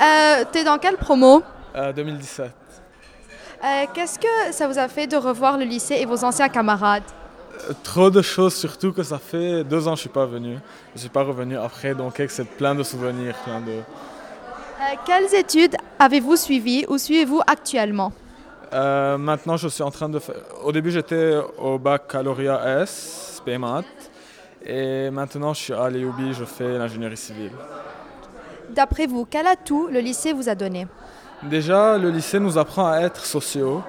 Euh, T'es dans quelle promo Euh, 2017. Euh, Qu'est-ce que ça vous a fait de revoir le lycée et vos anciens camarades Euh, Trop de choses, surtout que ça fait deux ans que je suis pas venu. Je suis pas revenu après, donc avec cette plein de souvenirs, plein de. Euh, Quelles études avez-vous suivies ou suivez-vous actuellement Euh, maintenant, je suis en train de faire. Au début, j'étais au baccalauréat S, SP Maths, et maintenant, je suis à l'EUB, je fais l'ingénierie civile. D'après vous, quel atout le lycée vous a donné Déjà, le lycée nous apprend à être sociaux,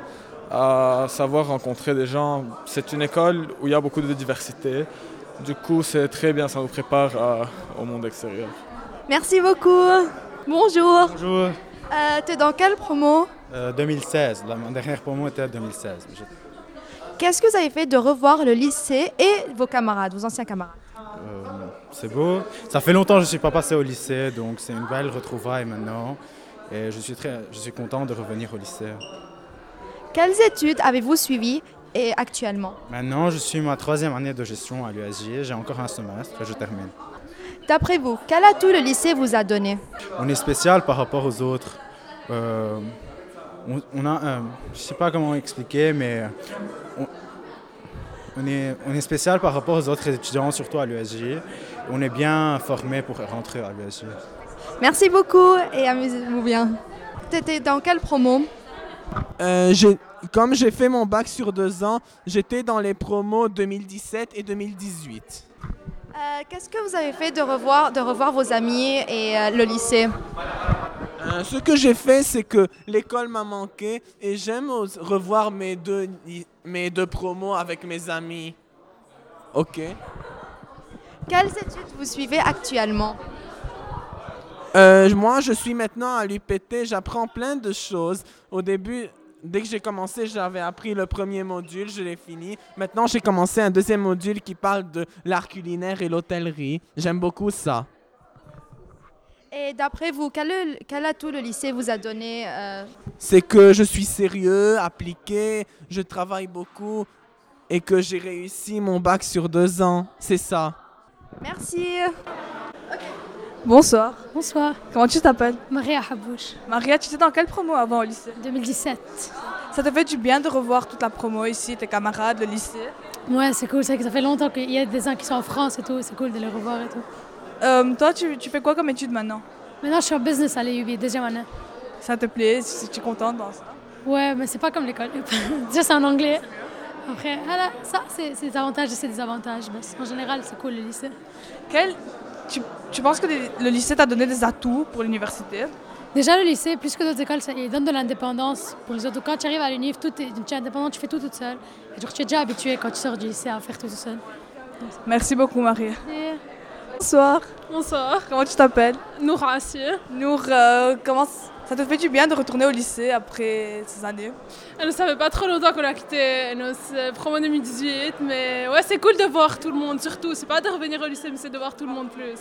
à savoir rencontrer des gens. C'est une école où il y a beaucoup de diversité. Du coup, c'est très bien, ça nous prépare à- au monde extérieur. Merci beaucoup. Bonjour. Bonjour. Euh, T'es dans quelle promo Euh, 2016, la mon dernière promo était 2016. Je- Qu'est-ce que vous avez fait de revoir le lycée et vos camarades, vos anciens camarades euh, c'est beau. Ça fait longtemps que je ne suis pas passé au lycée, donc c'est une belle retrouvaille maintenant. Et je suis, très, je suis content de revenir au lycée. Quelles études avez-vous suivies et actuellement Maintenant, je suis ma troisième année de gestion à l'USJ. J'ai encore un semestre et je termine. D'après vous, quel atout le lycée vous a donné On est spécial par rapport aux autres. Euh, on, on a, un- je sais pas comment expliquer, mais on, on est, on est spécial par rapport aux autres étudiants, surtout à l'USJ. On est bien formé pour rentrer à l'USJ. Merci beaucoup et amusez-vous bien. T'étais dans quelle promo Euh, j'ai- comme j'ai fait mon bac sur deux ans, j'étais dans les promos 2017 et 2018. Euh, Qu'est-ce que vous avez fait de revoir, de revoir vos amis et euh, le lycée Euh, ce que j'ai fait, c'est que l'école m'a manqué et j'aime os- revoir mes deux, ni- mes deux promos avec mes amis. Ok. Quelles études vous suivez actuellement Euh, moi, je suis maintenant à l'UPT, j'apprends plein de choses. Au début, dès que j'ai commencé, j'avais appris le premier module, je l'ai fini. Maintenant, j'ai commencé un deuxième module qui parle de l'art culinaire et l'hôtellerie. J'aime beaucoup ça. Et d'après vous, quel, est- quel atout le lycée vous a donné euh, c'est que je suis sérieux, appliqué, je travaille beaucoup et que j'ai réussi mon bac sur deux ans. C'est ça. Merci. Bonsoir. Bonsoir, Comment tu t'appelles Maria Habouche, Maria, tu étais dans quelle promo avant au lycée 2017. Ça te fait du bien de revoir toute la promo ici, tes camarades, le lycée. Ouais, c'est cool, c'est que ça fait longtemps qu'il y a des uns qui sont en France et tout, c'est cool de les revoir et tout. Euh, toi, tu, tu fais quoi comme étude maintenant Maintenant, je suis en business à l'EUB, deuxième année. Ça te plaît Si tu es contente dans ça Ouais, mais c'est pas comme l'école. Déjà, c'est en anglais. Après, voilà, ça, c'est c'est des avantages et c'est des avantages. Mais en général, c'est cool le lycée. Quel, tu, tu penses que les- le lycée t'a donné des atouts pour l'université Déjà, le lycée, plus que d'autres écoles, ça il donne de l'indépendance pour les autres. Quand tu arrives à l'UNIF, tout est- tu es indépendant, tu fais tout toute seule. Et genre, tu es déjà habitué quand tu sors du lycée à faire tout tout seul. Merci beaucoup, Maria. Et- Bonsoir. Bonsoir, Comment tu t'appelles Noura Assi. Nour, euh, comment c- ça te fait du bien de retourner au lycée après ces années Elle savait pas trop longtemps qu'on a quitté nos euh, promos 2018, mais ouais, c'est cool de voir tout le monde, surtout. C'est pas de revenir au lycée, mais c'est de voir tout le monde plus.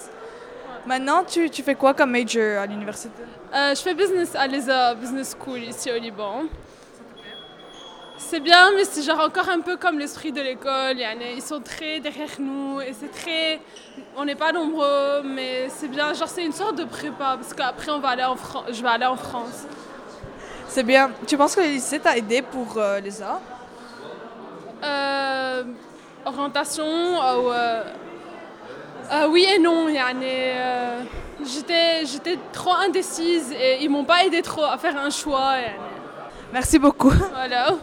Maintenant, tu, tu fais quoi comme major à l'université Euh, je fais business à l'ESA Business School ici au Liban. C'est bien, mais c'est genre encore un peu comme l'esprit de l'école. yani, Ils sont très derrière nous et c'est très. On n'est pas nombreux, mais c'est bien. Genre, c'est une sorte de prépa parce qu'après, on va aller en Fran- je vais aller en France. C'est bien. Tu penses que le lycée t'a aidé pour euh, les arts Euh, orientation euh, ou, euh, euh, Oui et non. yani, euh, j'étais, j'étais trop indécise et ils m'ont pas aidé trop à faire un choix. yani. Merci beaucoup. Voilà.